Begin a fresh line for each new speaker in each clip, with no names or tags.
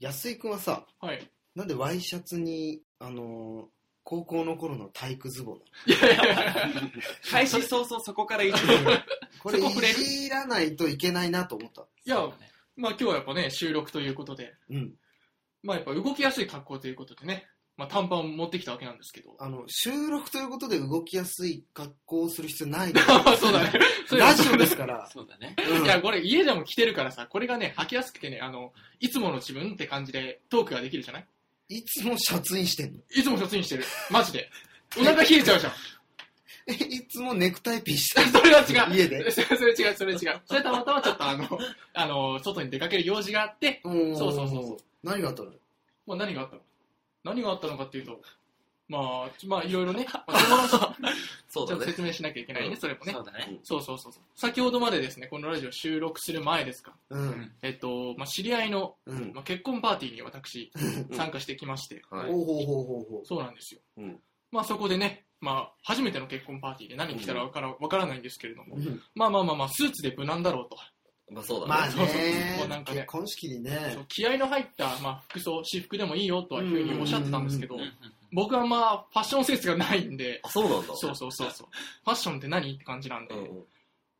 安井くんはさ、
はい。
なんでワイシャツに、あのー高校の頃の体育ズボンなの
開始早々そこから一部
これい
そこ触れる
じらないといけないなと思った。
いや、まあ今日はやっぱね、収録ということで、
うん。
まあやっぱ動きやすい格好ということでね、まあ短パンを持ってきたわけなんですけど。
あの、収録ということで動きやすい格好をする必要ないで
まあそうだね。そういえば
ラジオです から。
そうだね。
うん
いや、これ家でも着てるからさ、これがね、履きやすくてね、あの、いつもの自分って感じでトークができるじゃない
いつもシャツインしてんの。
いつも卒にしてる。マジで。お腹冷えちゃうじゃん。
え、いつもネクタイピンしてん
それは違
の。
う。
家で。
それそれ違う、それ違う。それたまたまちょっとあの、 あの、外に出かける用事があって、そうそうそうそう
う。何があったの
まあ何があったの何があったのかっていうと、まあ、ちまあいろいろね、まあその話
そう
ちょ
だ
っと
ね。
説明しなきゃいけないね、それもね
そ。うだね。
そうそうそうそう。先ほどまでですね、このラジオ収録する前ですか、
うん。
えっと、まあ、知り合いの、
うん。
まあ、結婚パーティーに私、参加してきまして、
お
は
うほうほうほうほ
そうなんですよ。
うん
まあそこでね、まあ初めての結婚パーティーで何着たらわから,、わからないんですけれども、
ううん。
まあまあまあまあ、スーツで無難だろうと。
まあそうだね。
まあ
そうそうも
ね
うなんかね
結婚式にね
そ。う気合の入った、まあ、服装、私服でもいいよとはいうふうにおっしゃってたんですけど
うん、うんうん
僕はまあファッションセンスがないんで、
あ、そうなんだ。
そうそうそうそう。ファッションって何って感じなんで、
うんうん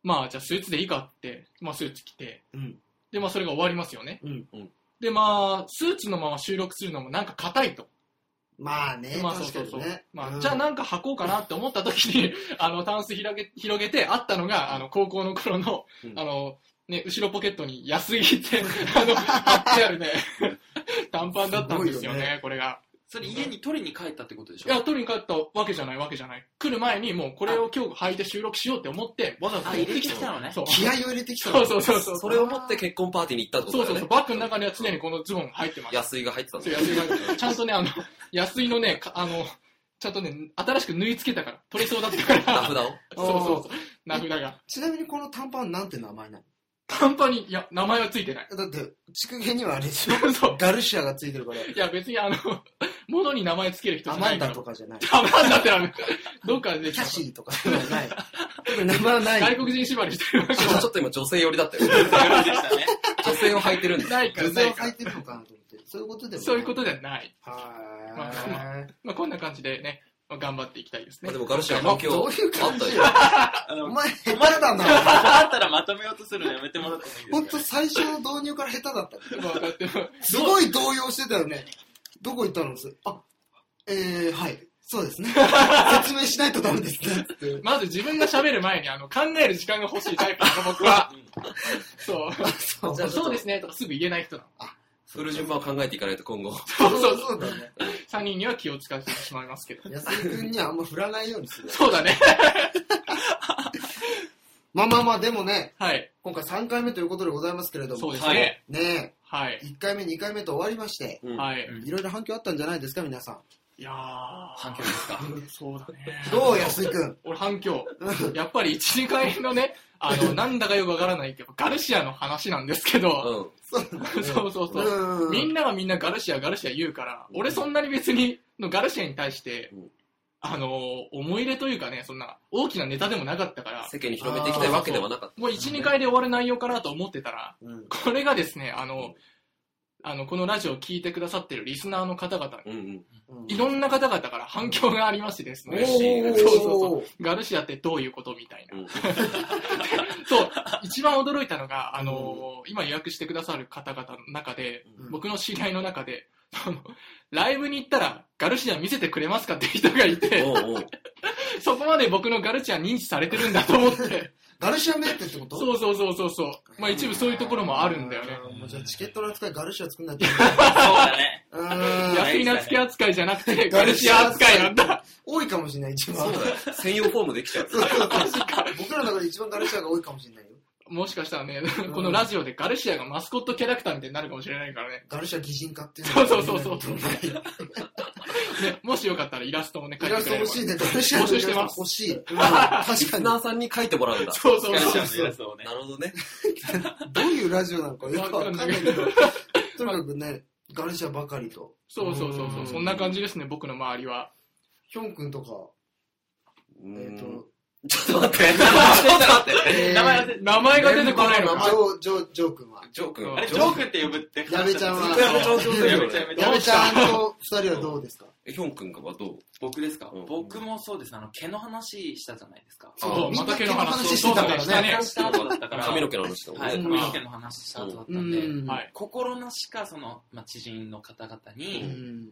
まあじゃあスーツでいいかって、まあスーツ着て、
うん。
でまあそれが終わりますよね。
うん
うん
でまあ、スーツのまま収録するのもなんか硬いと。
まあね、
まあそう
確か
そうそ
に
う。
ね。
まあ、
うん
じゃあなんか履こうかなって思った時 に、あの、タンス広げ、広げて、あったのが、あの、高校の頃の、
うん
あの、ね、後ろポケットに安いって、あの、貼ってあ るね、短パンだったんですよ
す
ね、
ごい
これが。
それ家に取りに帰ったってことでし
い
ょ
や、取りに帰ったわけじゃないわけじゃない。来る前にもうこれを今日履いて収録しようって思って、わざわざ
あ、
持っ
入
て
れて
き
き
た
た
の。
のね。
そう
気合を入れてきたの
そうそうそうそう。
それを持って結婚パーティーに行ったって
そ
こ
う
と
そう
だ
そう。
よね。
バッグの中には常にこのズボン入ってます。
安井が入ってたん
そ
だ
う、
よ。
安井がちゃんとね、あの、 安井のね、かあの、ちゃんとね、新しく縫い付けたから、取れそうだったか
名
ら、
札を。
そうそうそう、名札が。
ちなみにこの短パンなんて名前な
短パンに、いや、名前は付いてない。
のだって、筑毛にはあれでしょ
そう。
ガルシアがついてるから、
いや、別にあの、 物に名前付ける人
ア
じゃな
マ
い
ン
か
ダ
ら。
とかじゃない。
アマンダってある。どっかででき
キ
た
ャシーとかではない。特に名前はない。
外国人縛りしてるわけじゃ
あちょっと今女性寄りだったよ。女性を履いてるんだ。
ないから、
女
な
性を
いか
履い
ら。
てるのかなと思って。そういうことでも
そういうこと
で。
ではない。まあま
は
まあ、こんな感じでね、まあ頑張っていきたいです
ま
ね
あで。もガルシア
ー
も
い。
今日
どういう
あ
感
っ
じ
たよ。
あ
お
の、
前、下手だな。
あ ったらまとめようとするのやめてもらってもいいですか、
ほんと最初の導入から下手だった。
まあこうやって
すごい動揺してたよね。どこ行ったのあ、えー、はい。そうです ね。説明しないとダメですね。って
まず自分が喋る前にあの考える時間が欲しいタイプなの、僕は。そう。
あそう
じゃあちょっと
そうですねとかすぐ言えない人なの。
それ順番を考えていかないと今後。
そうそう
そうだね。
3人には気を使ってしまいますけど。
安井君にはあんま振らないようにする。
そうだね。
まあまあまあ、でもね、
はい。
今回3回目ということでございますけれど
そう
も、
ですね。
ね
はい
え、。1回目、2回目と終わりまして、
うん
はい。
うん
いろいろ反響あったんじゃないですか、皆さん。
いやー。
反響ですか。
そうだね。
どう、安井君。
俺反響。やっぱり1、2回のね、あの、なんだかよくわからないけど、ガルシアの話なんですけど、
うん。
そうそうそう。
う
みん
な、
ながみんなガルシア、ガルシア言うから、俺そんなに別に、のガルシアに対して
うん、
あのー、思い入れというかね、そんな、大きなネタでもなかったから、
世間に広めていきたいわけではなかっ
もう1、2回で終わる内容かなと思ってたら、
うん
これがですね、あ
う
の
ん、
あの、このラジオを聞いてくださってるリスナーの方々
た。うんうん。
うん
いろんな方々から反響がありましてですね、
嬉しい
そうそうそう。ガルシアってどういうことみたいな。
うん
そう、一番驚いたのが、あのー今予約してくださる方々の中で、
うん
僕の知り合いの中で、あのライブに行ったらガルシア見せてくれますかって人がいて、
おうおう
そこまで僕のガルシア認知されてるんだと思 って、
ガルシアメーテってこと
そうそうそうそうそう、まあ一部そういうところもあるんだよね。
うん。もうじゃあチケットの扱い、ガルシア作んないと。
そうだね。
う
や
ん。
安いな付け扱いじゃなくて、ガルシア扱いなんだ。
多いかもしれない、一番
そう。だよ。専用フォームできちゃう。
僕らの中で一番ガルシアが多いかもしれないよ。
もしかしたらね、このラジオでガルシアがマスコットキャラクターみたいになるかもしれないからね。
ガルシア擬人化っていう
そうそうそうそうね、もしよかったらイラストもね、
イ
描い
ラ
て
ス
く
ト
れれ
欲
ば。
しいね。ガルシアのイラスト欲しい。うん確
リス
かに。
ナーさんに書いてもらうんだ。
そうそう
ガルシ
そ
アのイ
う。
ラストをね
な。るほどね。
どういうラジオなのかよくわかんないけど
わ。
とにかくね、ガルシアばかりと。
そうそうそうそうう。
ん
そんな感じですね、僕の周りは。
ヒョン君とか、
う
えっ
ん
と、
ちょっと待って、名前忘れてたって。
えー
名前忘れて
名前が出てこないの
ジ
か。
ョー、ジョー、ジョー君は。
ジョー君
あれ、ジョー君って呼ぶって話だった
やめちゃんは
ずっとやめちゃん
そ
やめち
う
ゃんやめちゃ
や
ん
めちゃんと二人はどうですか
ヒョン君はどう
僕ですか
うん
僕もそうです。あの、毛の話したじゃないですか。
う
そう、
み
ま
んな
た毛の
毛の
話
話
そ
し
う
てた
だ
から
ね、
ね
したね。
した後だったから。
髪の毛の話だもんね。
はい、
うん
髪の毛の話した後だったんで、
うん
はい。
心なしか、その、まあ、知人の方々
う
に
ん。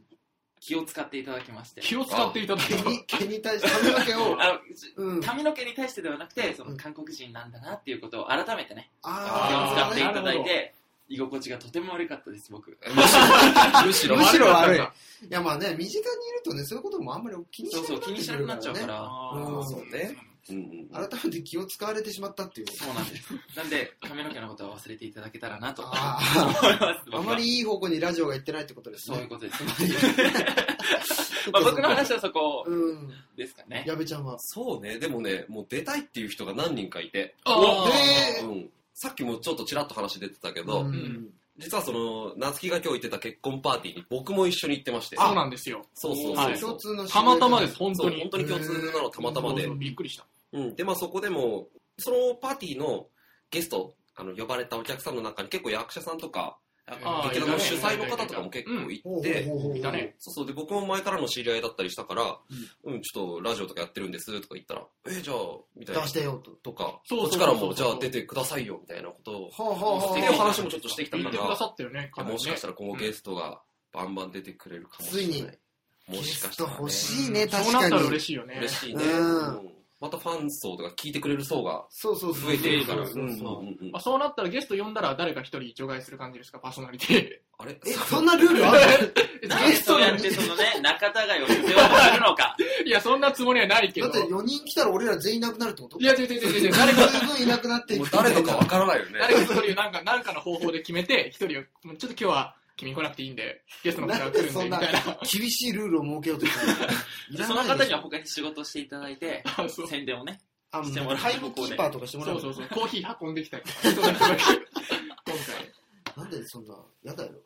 気を使っていただきまして。
気を使っていただい
毛
た。
に、毛に対して、髪の毛を、
あ
うん
の、。髪の毛に対してではなくて、そうの
ん
韓国人なんだなっていうことを改めてね、気を
あ
使
ー
っていただい
な
て、居心地がとても悪かったです、僕。
むしろ、
むしろ悪い。い
あ
やまあね、身近にいるとね、そういうこともあんまり気にし
そう
な
そう、
く
気
なっ
に
て
し
く
なく
る
な
か
っちゃ
ら
う
ね
か。ら。
ー
うん
そうね。うん
改めて気を使われてしまったっていう。
そうなんです。なんで、髪の毛のことは忘れていただけたらなと思い
あ
ます。僕
あ、あ
は
まりいい方向にラジオが行ってないってことです
そういう
ね。
ことです。 まあ、僕の話はそこ
うん。
ですかね。
矢部ちゃんは。
そうね、でもね、もう出たいっていう人が何人かいて、
あ
え
う
ー
ん、さっきもちょっとちらっと話出てたけど、
うん
実はその、夏希が今日行ってた結婚パーティーに僕も一緒に行ってまして、
そうなんですよ。
そうそう
は
そう
い
そ
共
う。
通の知り合
た
い
またまです、本
そ
当
う
に
本。当に共通なのたまたま
そう
で
そう、びっくりした。
うん、でまあそこでもそのパーティーのゲストあの呼ばれたお客さんの中に結構役者さんとか
あー
劇団の主催の方とかも結構い
ほう
て、
ほうほうほう
いたね。
そうそうで僕も前からの知り合いだったりしたから、うんちょっとラジオとかやってるんですとか言ったら「えじゃあ」みたいな
出してよと。
とか
そうそうそう
こっち
そう
からも「じゃあ出てくださいよ」みたいなことを
はあはあはあ
っていう話もちょっとしてきた
言
か
ってくだ
ら
さったよね、
もしかした
ら。
ら今後ゲストがバンバン出てくれるかもしれない、も
ゲ
しかし
スト
たら、ね、
欲しいね、確
そうな
か
っ
に
たら。嬉しいよね。
嬉しいね、
うん
うんまたファン層とか聞いてくれる層が
そうそうそう。
増えてるから。
そうそうそう
うんうんうん
まあ、そうなったらゲスト呼んだら誰か一人除外する感じですか、パーソナリテ
あれ
え、そんなルールある
なんでそうやってそのね、仲違いを必要とするのか。
ィ。いや、そんなつもりはないけ
だ
ど
っ。て4人来たら俺ら全員いなくなるってこと
いや、違う違う違う違う、誰
誰
か
か、十分いなくなってい
もう
く。
誰とかわからないよね。
誰か一人、なんか、なんかの方法で決めて、一人を、もうちょっと今日は君来なくていいんで、ゲストの方が来るんで、みたいな。
厳しいルールを設けようとしてる。
その方には
ほ
他に仕事していただいて、
あそう
宣伝をね。
あ、もうタイムキーパーとかしてもら
そううそう
の
そう、コーヒー運んできたりとか。人が来た時今
なんでそんな、やだよ。
も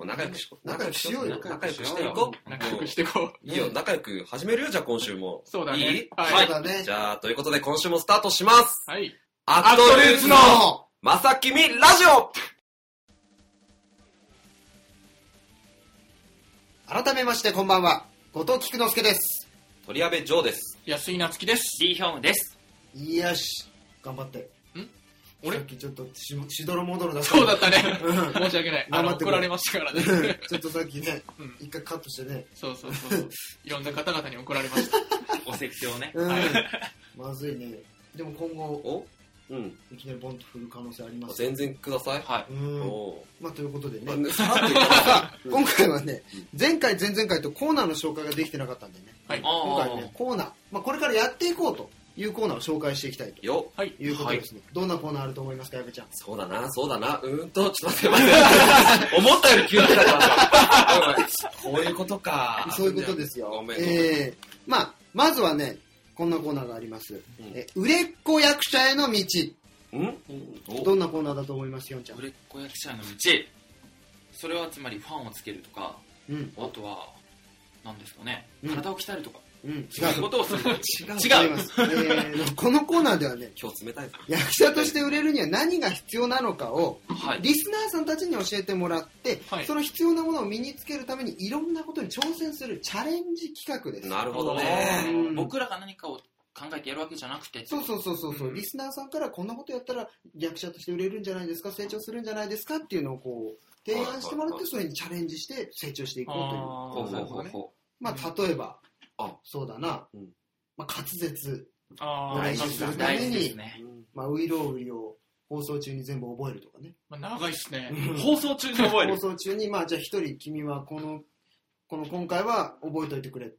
う仲良くしよう。
仲良くしようよ。
仲良くしていこう。
回、仲良くしてこう。
いいよ、仲良く始めるよ、じゃあ今週も。
そうだね。
いい
そ
は
う
い。
だね
じ。ゃあ、ということで今週もスタートします。
はい。
アットルーツの
の
まさきみラジオ
改めましてこんばんは。後藤菊之助です。
鳥矢部ジョーです。
安井夏樹です。
リーヒョンです。
よし。頑張って。
俺
さっきちょっとし、しどろもどろだった。
そうだったね。
うん
申し訳ない。あ
頑張
の、
ってくれ
怒られましたからね。
ちょっとさっきね
うん、
一回カットしてね。
そうそうそうそう。いろんな方々に怒られました。
お説教をね。
うん
はい。
まずいね。でも今後、
おうん。
いきなりボンと振る可能性あります。
全然ください。
は
うん。
おう
まあ、ということでね
まあ。ねさらっと言ったらうん
今回はね、前回、前々回とコーナーの紹介ができてなかったんでね、
はい。
今
あ
回ね、コーナー、まあ、これからやっていこうというコーナーを紹介していきたいと
よ。
はい。
いうことですね。どんなコーナーあると思いますか、矢部ちゃん。
そうだな、そうだな、うーんと、ちょっと 待って待って。思ったより急だったからさ。こういうことか。
そういうことですよ。
ごめんごめん。
えーまあ、まずはね、こんなコーナーがあります。
ん
え売れっ子役者への道。
うんお
どんなコーナーだと思います、ヨンちゃん
売。れっ子役者の道。それはつまりファンをつけるとか、
うん、
あとは、何ですかね。
うん
体を鍛えるとか、
うん、違う。
そういうことをする。
違います。えーこのコーナーではね、
今日冷たいぞ。
役者として売れるには何が必要なのかを、
はい。
リスナーさんたちに教えてもらって、
はい
その必要なものを身につけるためにいろんなことに挑戦するチャレンジ企画です。
なるほど
あ
ね。
うん
ー僕らが何かを考えてやるわけじゃなくて、
そうそうそうそうそう、
うん
リスナーさんからこんなことやったら役者として売れるんじゃないですか、成長するんじゃないですかっていうのをこう提案してもらっ
はいはいは
て、
い
それにチャレンジして成長していこうという。
あ
ほう
ー
ほ
な
う
る
ほ
ほど
う
ね
ほ
まあ、例えば、
あ
そうだな、
うん
まあ、滑舌、
あー
大事
な
で
ん
す
か
よね
大事ですね。
う。
まあ、ういろういを放送中に全部覚えるとか ね。
まあ長いっすね。
放送中に覚え
放
る。
送中に、まあ、じゃあ一人君はこの、この今回は覚えといてくれ。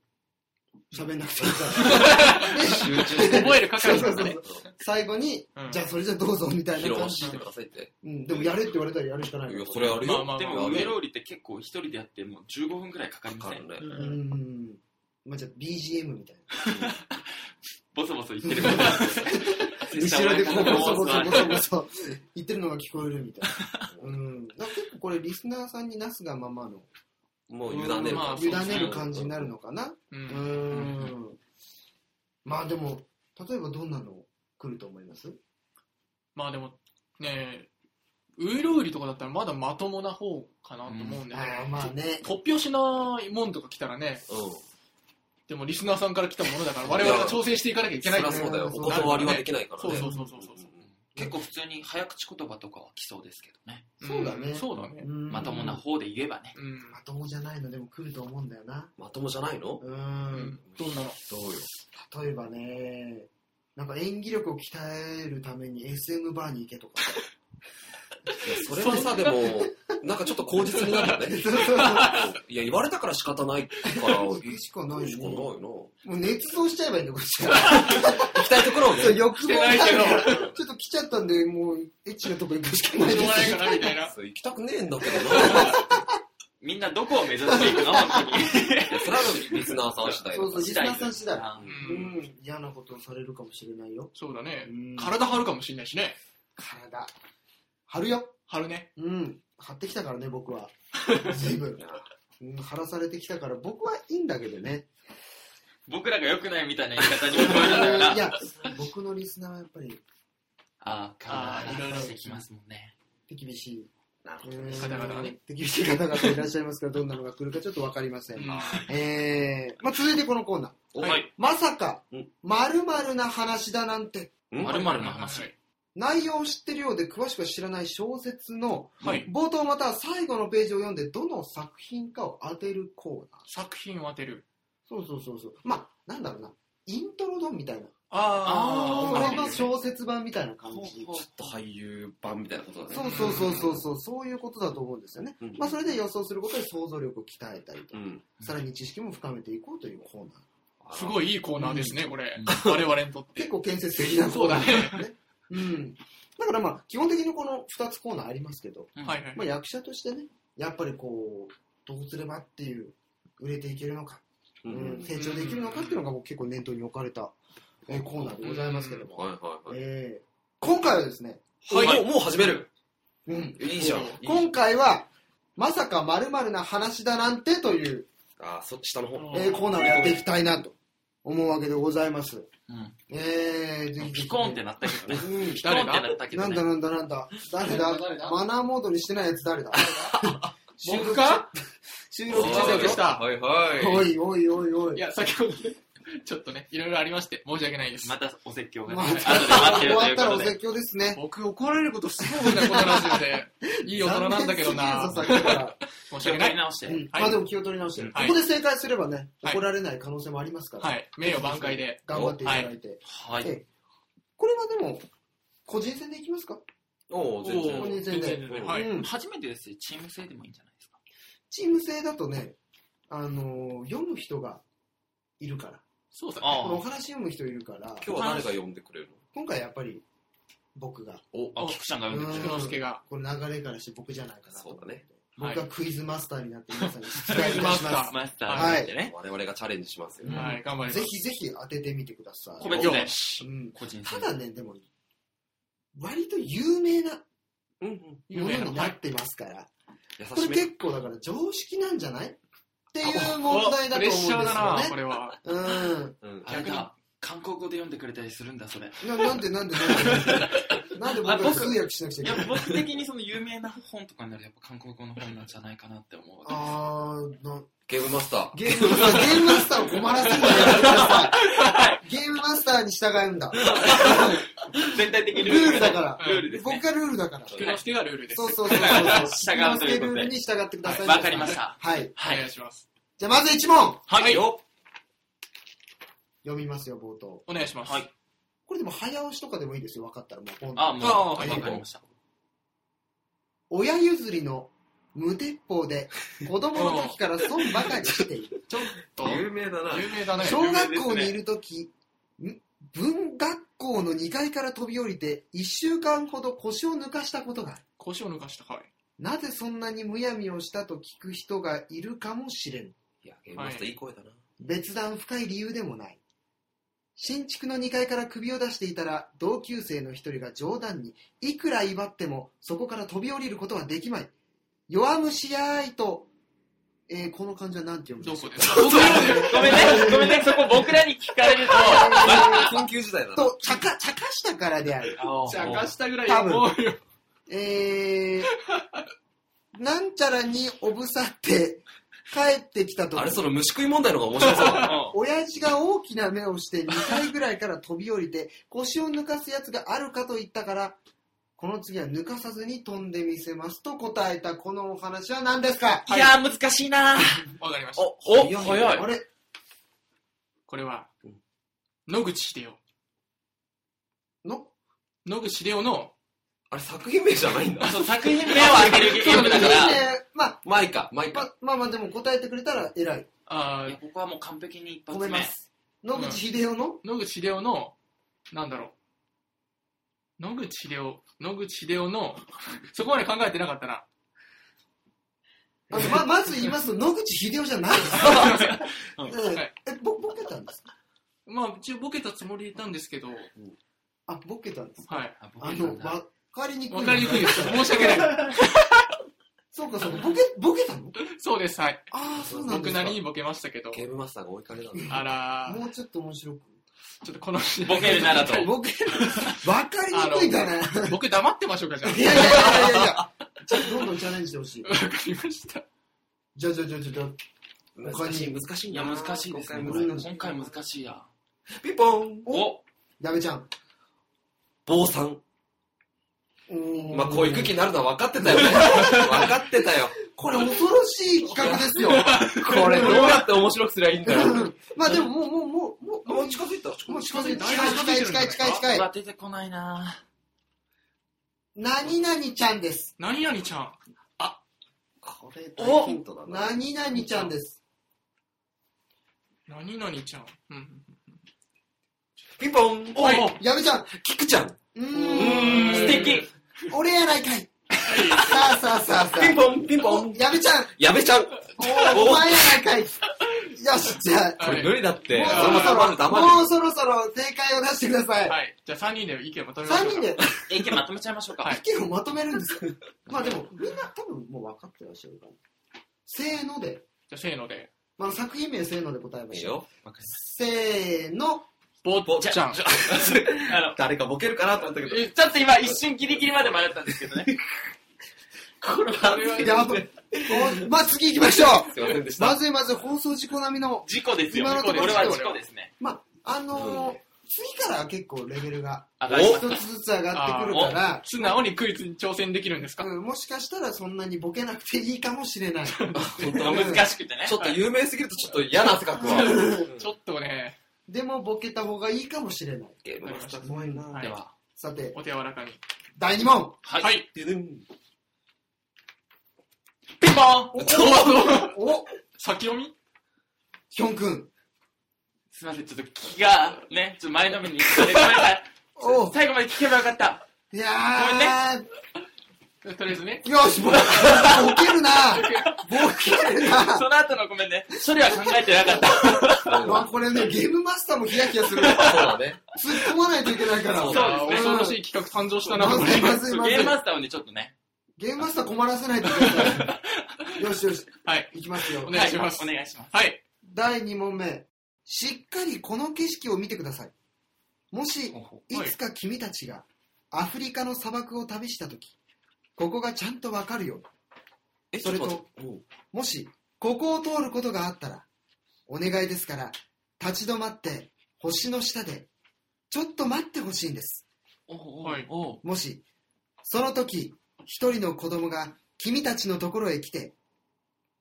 喋んなくていいから。
集中して
覚える係
そ
な
うんそ
だ
う
ね
そう。 最後に、
うん
じゃあそれじゃどうぞみたいな
披
感
露
じで
して、くださいって。
うん、でもやれって言われたらやるしかない
いや
よ、
それある
まあ
よ。
まあ
で
ま
も、
あ
上料理って結構一人でやってもう15分くらいかかりま
か
せ
かる
ん。
ね。
うん
あ。
まあ、じゃあ BGM みたい
ボソボソ言ってる。
な後ろでこうボソボソボソボ
ソ。
ソ言ってるのが聞こえるみたいな、うん、だから結構これリスナーさんになすがままの
もう委ねる
まあ
感
そ
じ。
う
委ねる感じになるのかな
う。
うんんまあでも例えばどんなの来ると思います
まあでも、ねえ、ウイロウリとかだったらまだまともな方かなと思うんで、
ああ、まあね。
突拍子ないもんとか来たらね、
うん。
でもリスナーさんから来たものだから、我々が調整していかなきゃいけない
そ
か
り
い
ら
ゃそうだよ。
そ
お
うだね
断りはできないから
そう
ね。
そうそうそうそうそう。
結構普通に早口言葉とかは来そうですけどね。
そうだね
んそうだね。
ま
まともな方で言えばね。
うん。
まともじゃないのでも来ると思うんだよな。
まともじゃないの
う
うんん。どんなの
どうよ。
例えばね、なんか演技力を鍛えるために SM バーに行け とか。
それはさ、でも、なんかちょっと口実になるよね。
そうそうそう。確
いや、言われたから仕方ないから、行くし
か
か
な
ないい
よね。も
の。
う捏造しちゃえばいいんだ、こっちから。
行きたいところをね
そ。う欲望
来てないけど、
が ちょっと来ちゃったんで、もう、エッチなとこ行くしか ない
しょう
で
がない
す。
かなみたい な。
そう行きたくねえんだけどな。
みんなどこを目指してい くの本当に。
いやそれはリスナーさん次第だ
そう
か
そう、リスナーさん次第。
あ
う
う。
んん、嫌なことをされるかもしれないよ。
そうだね
う。ん
体張るかもしれないしね。
体。張るよ。
張るね。
うん。張ってきたからね、僕 は。随分。うん、張らされてきたから、僕はいいんだけどね。
僕らが良くないみたいな言い方に
い
聞こえるんだよな。
や、僕のリスナーはやっぱり
あ
あー
ー、体してきますもんね。
手厳しい。
なるほ
うん
方々がね。
手厳しい方々いらっしゃいますから、どんなのが来るかちょっとわかりません。
うん
えー、まあ、続いてこのコーナー。
ど。
はい
はい。
まさか
うん、
〇〇な話だなんて、
うん
まるまるの話。
はい
内容を知ってるようで詳しくは知らない小説の
はい。
冒頭または最後のページを読んで、どの作品かを当てるコーナー。
作品を当てる。
そうそうそうそう。まあ、なんだろうな。イントロドンみたいな。
あ
そ
ー
あー
れの小説版みたいな感じ。
ちょっと俳優版みたいなことだね。
そうそうそうそうそう、そういうことだと思うんですよね。
うん
まあ、それで予想することで想像力を鍛えたりとか、
うん。
さらに知識も深めていこうというコーナー。
すごいいいコーナーですね、これ
うん。
我々にとっ
結
て。
構建設的なコーナーですね。 うん。だからまあ、基本的にこの2つコーナーありますけど、
うん
はいはい
まあ、役者としてね、やっぱりこう、どうすればっていう、売れていけるのか、
う
うん
ん。
成長できるのかっていうのがもう結構念頭に置かれた、えーコーナーでございますけども。
はいはいはい。
えー今回はですね、
は
はい
い、もうもう始める。
うん、
いいじゃん。いい
今回は、まさか〇〇な話だなんてという、
あー、そ下の方。
うん
えーコーナーをやっていきたいなと思うわけでございます。
うん
えー、ぜひぜひね
ピコーンってなったけどね。
うん
ピコーンってなったけど
なん
ね
だ。なんだなんだ。誰だ
誰だ
マナーモードにしてないやつ 誰だ
僕か
収
録
録
中だ
中
よ
で
しした
はいは
お
い。
いおいおいおい。
いや、先ほどね、ちょっとね、いろいろありまして、申し訳ないです。
またお説教が。
ま
後で
た
待って
終
ると
わ
い
っ
う
たら
こ
お
とで。
説教ですね。
僕怒られることすごい多いな、このラジオで。いい大人なんだけどな。
残念すぎるぞさっきから
申し
気を
訳
取
な
り
い。
直して。
うん
はい
まあでも気を取り直して、こ
はい
こで正解すればね、
はい
怒られない可能性もありますから、
はい。名誉挽回で。
頑張っていただいて。
は
え
い。
えこれはでも、個人戦でいきますか
おお、全
ー
然。
お全然
は
う
い。
ん
初めてですし、チーム制でもいいんじゃないですか。
チーム制だとね、あのー読む人がいるから、
そうだね。
あ
このお話読む人いるから、
今日は誰が呼んでくれる
今回やっぱり僕が、
のお、
あ、菊ちゃんが読んでく
菊
れる。
之助が。
この流れからして僕じゃないかなと思って
そうだね
僕がクイズマスターになって皆さんに出
クイズマスター
マスタ
は
ー
い
でね。
我々がチャレンジしますよ。
うん
はい、頑張ります。
ぜひぜひ当ててみてください。
個別で
よ。し。
うん、
個人
た
戦
だね、でも、割と有名な
うんうん。
ものになってますから、
優
これ
しめ。
結構だから常識なんじゃないっていう問題だと思うん
プレ
で
ッ
す
シャ
よ
ーだな、こ
ね。
れは。
うん。
うん。
あれだ、韓国語で読んでくれたりするんだ、それ。
ななんでなんでなんでなんで僕が通訳しなくち
い
ゃいけ
や
ない、
僕的にその有名な本とかになると、やっぱ韓国語の本なんじゃないかなって思うわけです。
あーな
ゲームマスター。
ゲームマスター、ゲームマスターを困らせるのやめてください。ゲームマスターに従うんだ。
全体的に
ルールだから。
ルールですね
僕がルールだから。
菊之助がルールです。
そうそうそうそう。
従うということで
ルールに従ってください。
わかりました。
はい。
お願いします。
じゃあまず1問
はい。
よ
読みますよ、冒頭。
お願いします。
はい。
これでも早押しとかでもいいですよ、分かったらもうポンと。
あ、もう、
あ
わ
ー
かりました。
親譲りの無鉄砲で子供の時から損ばかりしている。
ちょっと、
有名だな。
有名だね。
小学校にいる時、ん文学校の2階から飛び降りて1週間ほど腰を抜かしたことがある。
腰を抜かした。はい。
なぜそんなにむやみをしたと聞く人がいるかもしれん。
いや、ゲームマスターいい声だな。
別段深い理由でもない。新築の2階から首を出していたら、同級生の一人が冗談に、いくら威張ってもそこから飛び降りることはできまい。弱虫やーいと、ええー、この漢字は何て読むん
ど
です
こ
か
ですかどこです
ごめんね、ごめんね、そこ僕らに聞かれると、
緊急事態だな。
と、茶化、茶化したからである。
じゃあ、明日ぐらい
多
や
分
もうよ。
えー、なんちゃらにおぶさって帰ってきたと
あれ、そ
き、
の虫食い問題の方が面白そうだな。
親父が大きな目をして2階ぐらいから飛び降りて、腰を抜かすやつがあるかと言ったから、この次は抜かさずに飛んでみせますと答えたこのお話は何ですか
いやー難しいな
わかりました。
お、お、
お早
あれ
これは、野口英世。
の
野口英世の、
あれ作品名じゃないんだ。
そう作品名を当てるゲームだか
いい
ら、
ねまあ、
マイカ、マイ
ま
カ。
あ、まあまあでも答えてくれたら偉い。
あ
いや
ー
ここはもう完璧に一発
褒
目
めます。野口英世の、
野口英世の、なんだろう。野口英世、野口英世の、そこまで考えてなかったな。
あのままず言いますと、野口英世じゃないです。うんえ、ぼ、ぼけたんですか
まあ、一応ボケたつもりでいたんですけど、は
あ、ぼけたんです。
い。
あ僕
あ
なん
の、
だ
わかりにくい。
わかりにくいです。申し訳な い。
そうか、そうか、ボケ、ボケたの
そうです、はい。
ああ、そうなんで
僕
すか
なりにボケましたけど、
ゲームマスターが追いかけたんだ。
あら
もうちょっと面白く。
ー、ちょっとこの人
ボケ るならと。
ボケ、わかりにくいかな。い
僕黙ってましょうか、じゃあ。
やいやいやいやいや。ちょっとどんどんチャレンジしてほしい。
わかりました。
じゃあじゃあじゃあじゃあじゃあ
難しい、難しいん
い
だ
や
な
難しいですね
今
こ
回
れ
難しい
今回難しいや
ピンポン。
おやべちゃん。
坊さん。
おー
まあ、こういう空気になるのは分かって たよね。分かってたよ。
これ恐ろしい企画ですよ。
これどうやって面白くすりゃいいんだろう。
まあでももう、もう、もう、もう、
もう近づいた
もう近づいて、
だい
近い
ぶ近
近
づい
い
てるん
近い
じゃないです
近
か
い近
う
い。
わ出てこないな
何々ちゃんです。
何々ちゃん。
これ
大
大
ヒ
ヒ
ン
ントだな。
何々ちゃんです。
何々ちゃん。うん。
ピンポン。
はい
お
やべちゃん。
キクちゃん。
うー
ー
ん。
ん
素敵。
俺やないかい。さあさあさあさ
ピン
あ。
ポン、ピンポ
お
ン。
やべちゃん。
やべちゃん。
おお前やないかい。よし、じゃあ。
これ無理だって。
もう
い
そろそ
まず
ろ、も
黙る。
うそろそろ正解を出してください。
はい。じゃあ3人で意見まとめましょ
3
うか。
人で
意見まとめちゃいましょうか
はい
意見をまとめるんですよ。まあでも、みんな多分もう分かってらっしゃるから。せーので、
じゃあせーので。
まあ、作品名せーので答えま
いい
しょう。
よ。
せーの。
ぼっちゃん。
あの、
誰かボケるかなと思ったけど。
えちょっと今一瞬ギリギリまで迷ったんですけどね。
これは
やばい。おまあ次行きましょ
すいませんでし
う。ま
た。
ずいまず放送事故並みの、
事故ですよ。
今のところ
これは事故ですね。
まあ、あのー次からは結構レベルが
上
お
がりま
一つずつ上がってくるから、
素直にクイズに挑戦できるんですか、
うんもしかしたらそんなにボケなくていいかもしれ ない。
す。難しくてね
ち。ょっと有名すぎるとちょっと嫌な汗かく わ。
ちょっとね、
でもボケた方がいいかもしれない。
ゲームマスター
ごめんな
は
で
い、
は。
さて、
お手柔らかに。
第2問。
はい
はい。
ででん
ピンポーン
おお
先読み
ヒョン君。
すいません、ちょっと気がね、ちょっと前のめりに行ってごめんなさい。
お
最後まで聞けばよかった。
いや
とりあえずね。
ー、よし、もう、ボケるなボケるな
その後のごめんね。処理は考えてなかった。
まあこれね、ゲームマスターもヒヤヒヤする。
そうだね。
突っ込まないといけないから。
そうですね
恐ろしい企画誕生したな、
ま
こ
ずいま
れ。
ずいまず
ゲ
い
ームマスターをね、ちょっとね。
ゲームマスター困らせないといけないから。 よしよし、
はい。
いきますよ
お。願いします
はお願いします。
はい。
第2問目。しっかりこの景色を見てください。もし、い
はい
つか君たちがアフリカの砂漠を旅したとき、ここがちゃんとわかるよ。
え、
それと
ちょっ待って
もし、ここを通ることがあったら、お願いですから、立ち止まって、星の下で、ちょっと待ってほしいんです。
おうおう
はい
おう
もし、その時、一人の子供が君たちのところへ来て、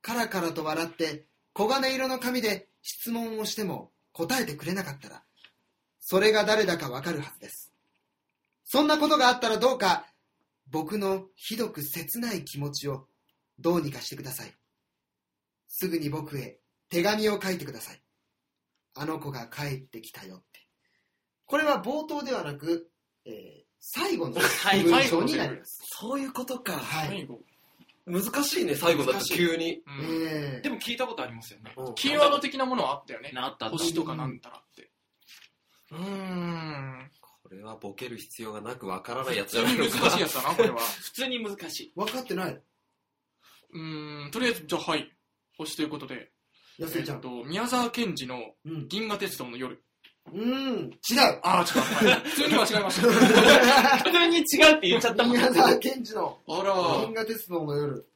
カラカラと笑って、黄金色の髪で質問をしても答えてくれなかったら、それが誰だかわかるはずです。そんなことがあったらどうか、僕のひどく切ない気持ちをどうにかしてください。すぐに僕へ手紙を書いてください。あの子が帰ってきたよって。これは冒頭ではなく、えー最後の
はい
文章になります。
そういうことか。
はい。
後。
難しいね、最後だと急に。
う
え
ん
ー
でも聞いたことありますよね
キーワード的なものはあったよね。
なったった
星とかなんたらって。うーん。
これはボケる必要がなくわからないやつじゃないの か。
難しいやつだな、これは。
普通に難しい。
分かってない。
うーん、とりあえず、じゃあ、はい。星ということで、
安井ちゃ
えっ
ん。
と、宮沢賢治の
うん。
銀河鉄道の夜。
うん。違う。
ああ、違う。はい普通に間違えました。
普通に違うって言っちゃったもん。
宮沢賢治の
あら
銀河鉄道の夜。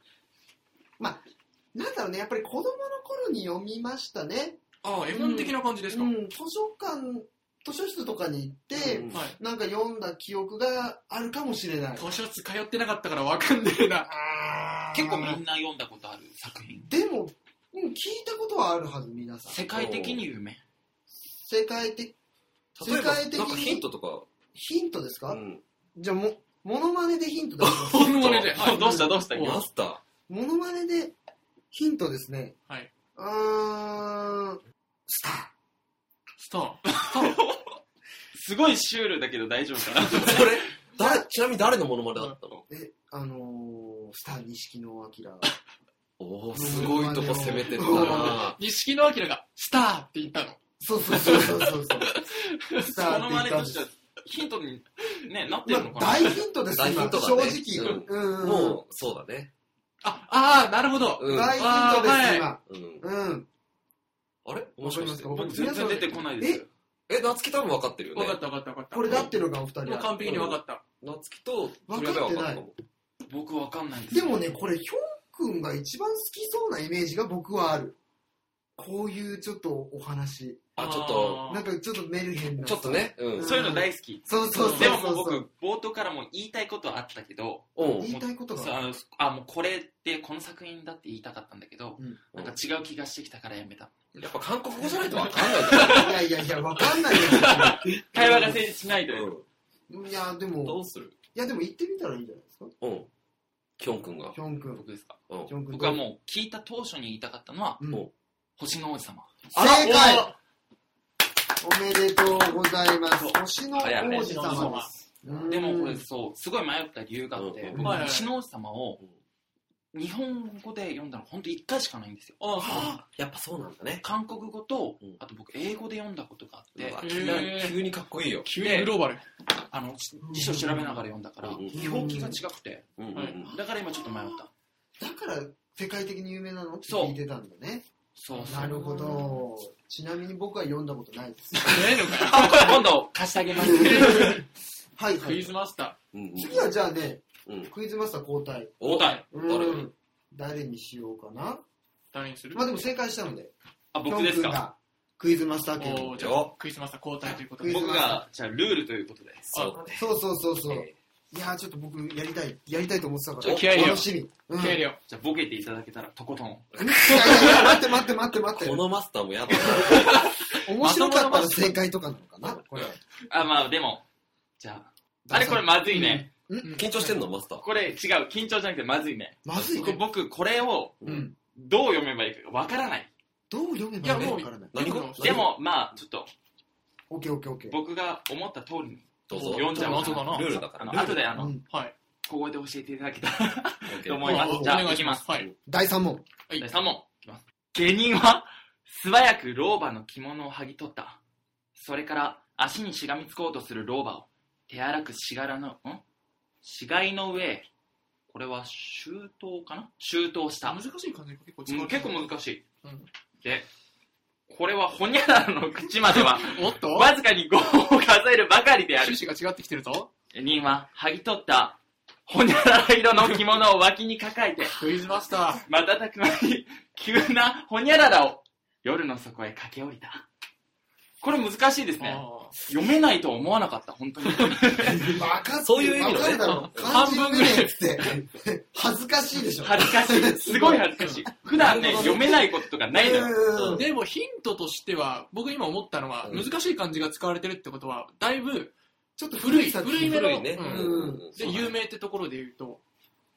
まあ、なんだろうね、やっぱり子供の頃に読みましたね。
ああ、絵本的な感じです
う
か。
ん、図書館、図書室とかに行って、
うん
はい。
なんか読んだ記憶があるかもしれない。
図書室通ってなかったからわかんねえな。
結構みんな読んだことある作品。
でも、うん聞いたことはあるはず、皆さん。
世界的に有名。
世界的、
例えば、
世界的に
なんかヒントとか、
ヒントですか、
ん、
じゃあ、も、モノマネでヒント出し ます。
本物で。はい。
どうしたどうした
マスター。
モノマネでヒントですね。
はい。
うーん、スター。
スター。
すごいシュールだけど大丈夫かな
それ誰、ちなみに誰のモノマネだったの
え、あのー、スター錦野明。
おおすごいとこ攻めてった
うん
な
錦野明が、スターって言ったの。
そうそうそうそうそうそう。スタ
そ
ー
の
って言
ま
っ
ね
たん
と
で
して
す
は。ヒントに、ね、なって
ま
るのか
あ
な、
大ヒントです、
大ヒ
今
ントだね
正直。うん、うん、
もう、そうだね。
あ、ああ、なるほど。
うん。
大ヒントです、今。
うん
うん。
あれもしかして。
わかり
僕
ますか
全然出てこないですよ。
え、夏希多分分かってるよ
わ
ね
かっ。たわかったわかった。
これだってのがお二人
もう
は。
完璧にわかった。
夏希と、それでは分かったかも。
僕わかんないです。
でもね、これ、ヒョン君が一番好きそうなイメージが僕はある。こういうちょっとお話。
あ、ちょっと、
なんかちょっとメルヘンな。
ちょっと。ね。うん。
そういうの大好き。
そうそうそうそう。
でももう僕、冒頭からもう言いたいことはあったけど、
うん。
言いたいこと
そう
が。
あのあ、もうこれってこの作品だって言いたかったんだけど、
うん
なんか違う気がしてきたからやめた。
やっぱ韓国語じゃないと分かんないんだ
いやいやいや、わかんないよ。
会話が成立しないという。
よ。
いや、で
うん。ど
も、
うする
いや、でも行ってみたらいいんじゃないですか
うん。きょんくんが。
ヒョン君。
僕ですか
うん
ヒ。ョン君
僕はもう聞いた当初に言いたかったのは、
うん
も
星の王子様。
正解おめでとうございます
そう。
星の王子様です。うん
でもこれそう、すごい迷った理由があって、
うん
僕
はいはい
星の王子様を日本語で読んだのほんと1回しかないんですよ。
あ
あやっぱそうなんだね。
韓国語と
うん、
あと僕英語で読んだことがあって
うわ、
へ
急
ー
に急にかっこいいよ。
急にグローバル。
あの、辞書調べながら読んだから、
うん
表記が違くて、
うんうん
は
うん。
だから今ちょっと迷った。
だから世界的に有名なのって
そう
聞いてたんだね。
そうそう。
なるほど。ちなみに僕は読んだことないです。
ねえのかよ
今度貸してあげます。
はいは
クイ
い
ズ。マスタ
うん
次はじゃあね、
うん。
クイズマスター交代。
お
答え。
う
誰
ん誰にしようかな。
ー、誰にする
まあでも正解したので、
あ、僕で
ヒョ
す
ン君
か
がクイズマスター権
お
を。
ーじゃあ、クイズマスター交代ということで。
クイ
僕
ズマスター
が、じゃあルールということで。
そうだね。
そうそうそうそう。
え
いやーちょっと僕やりたい、やりたいと思ってた
ちょっと気
か
合
ら。
い入れよ
楽
う
しみ。うん
計量。
じゃあボケていただけたらとことん。
いやいやいや待って待って待って待って
こ。のマスターもやだな。
面白かったら正解とかなのかなこれ。
あ、まあでも、じゃあ、あれこれまずいね。
緊張してんのマスター。
これ違う、緊張じゃなくてまずいね。
まずい
こ
ね。
僕、これを
うん。
どう読めばいいかわからない。
どう読めばいいのかわからない。
何
何
語
語
でも、まあ、ちょっと、
オッケーオッケーオッケー。
僕が思った通りに、
どうぞ。
読んじゃおう
謎だな
ルールだか
あ
ら。
の、後であ
う
の、
ん
はい。
小声で教えていただけたらと思
い
いま
お
す。じゃあ、
お願
い
い
き
し
ま
ますす。。はい。
第3問。
はい
第3問。いきます。下人は、素早く老婆の着物を剥ぎ取った。それから、足にしがみつこうとする老婆を、手荒くしがらの、ん死骸の上へ、これは周到かな周到した。
難しい感じが結構
うん結構
難しい。
難しい。
うん
で、これはほにゃららの口までは、
おっと
わずかに5を数えるばかりである。
趣旨が違ってきてるぞ。
人は剥ぎ取った、ほにゃらら色の着物を脇に抱えて、
クイズマスター。
瞬く間に急なほにゃららを夜の底へ駆け下りた。これ難しいですね。
あー
読めないとは思わなかった、本当に。
わかって
そういう意味のね
わかるだろ。漢
半
字
分
読
ぐ
め
ら
ね
い
えっつって。恥ずかしいでしょ。
恥ずかしい。すごい恥ずかしい。普段ね、読めないこととかないのよ。
うん
でもヒントとしては、僕今思ったのは、
うん
難しい漢字が使われてるってことは、だいぶ、
ちょっと
古
古
い
い
古い目
古いね。
うん
うん
で、有名ってところで言うと、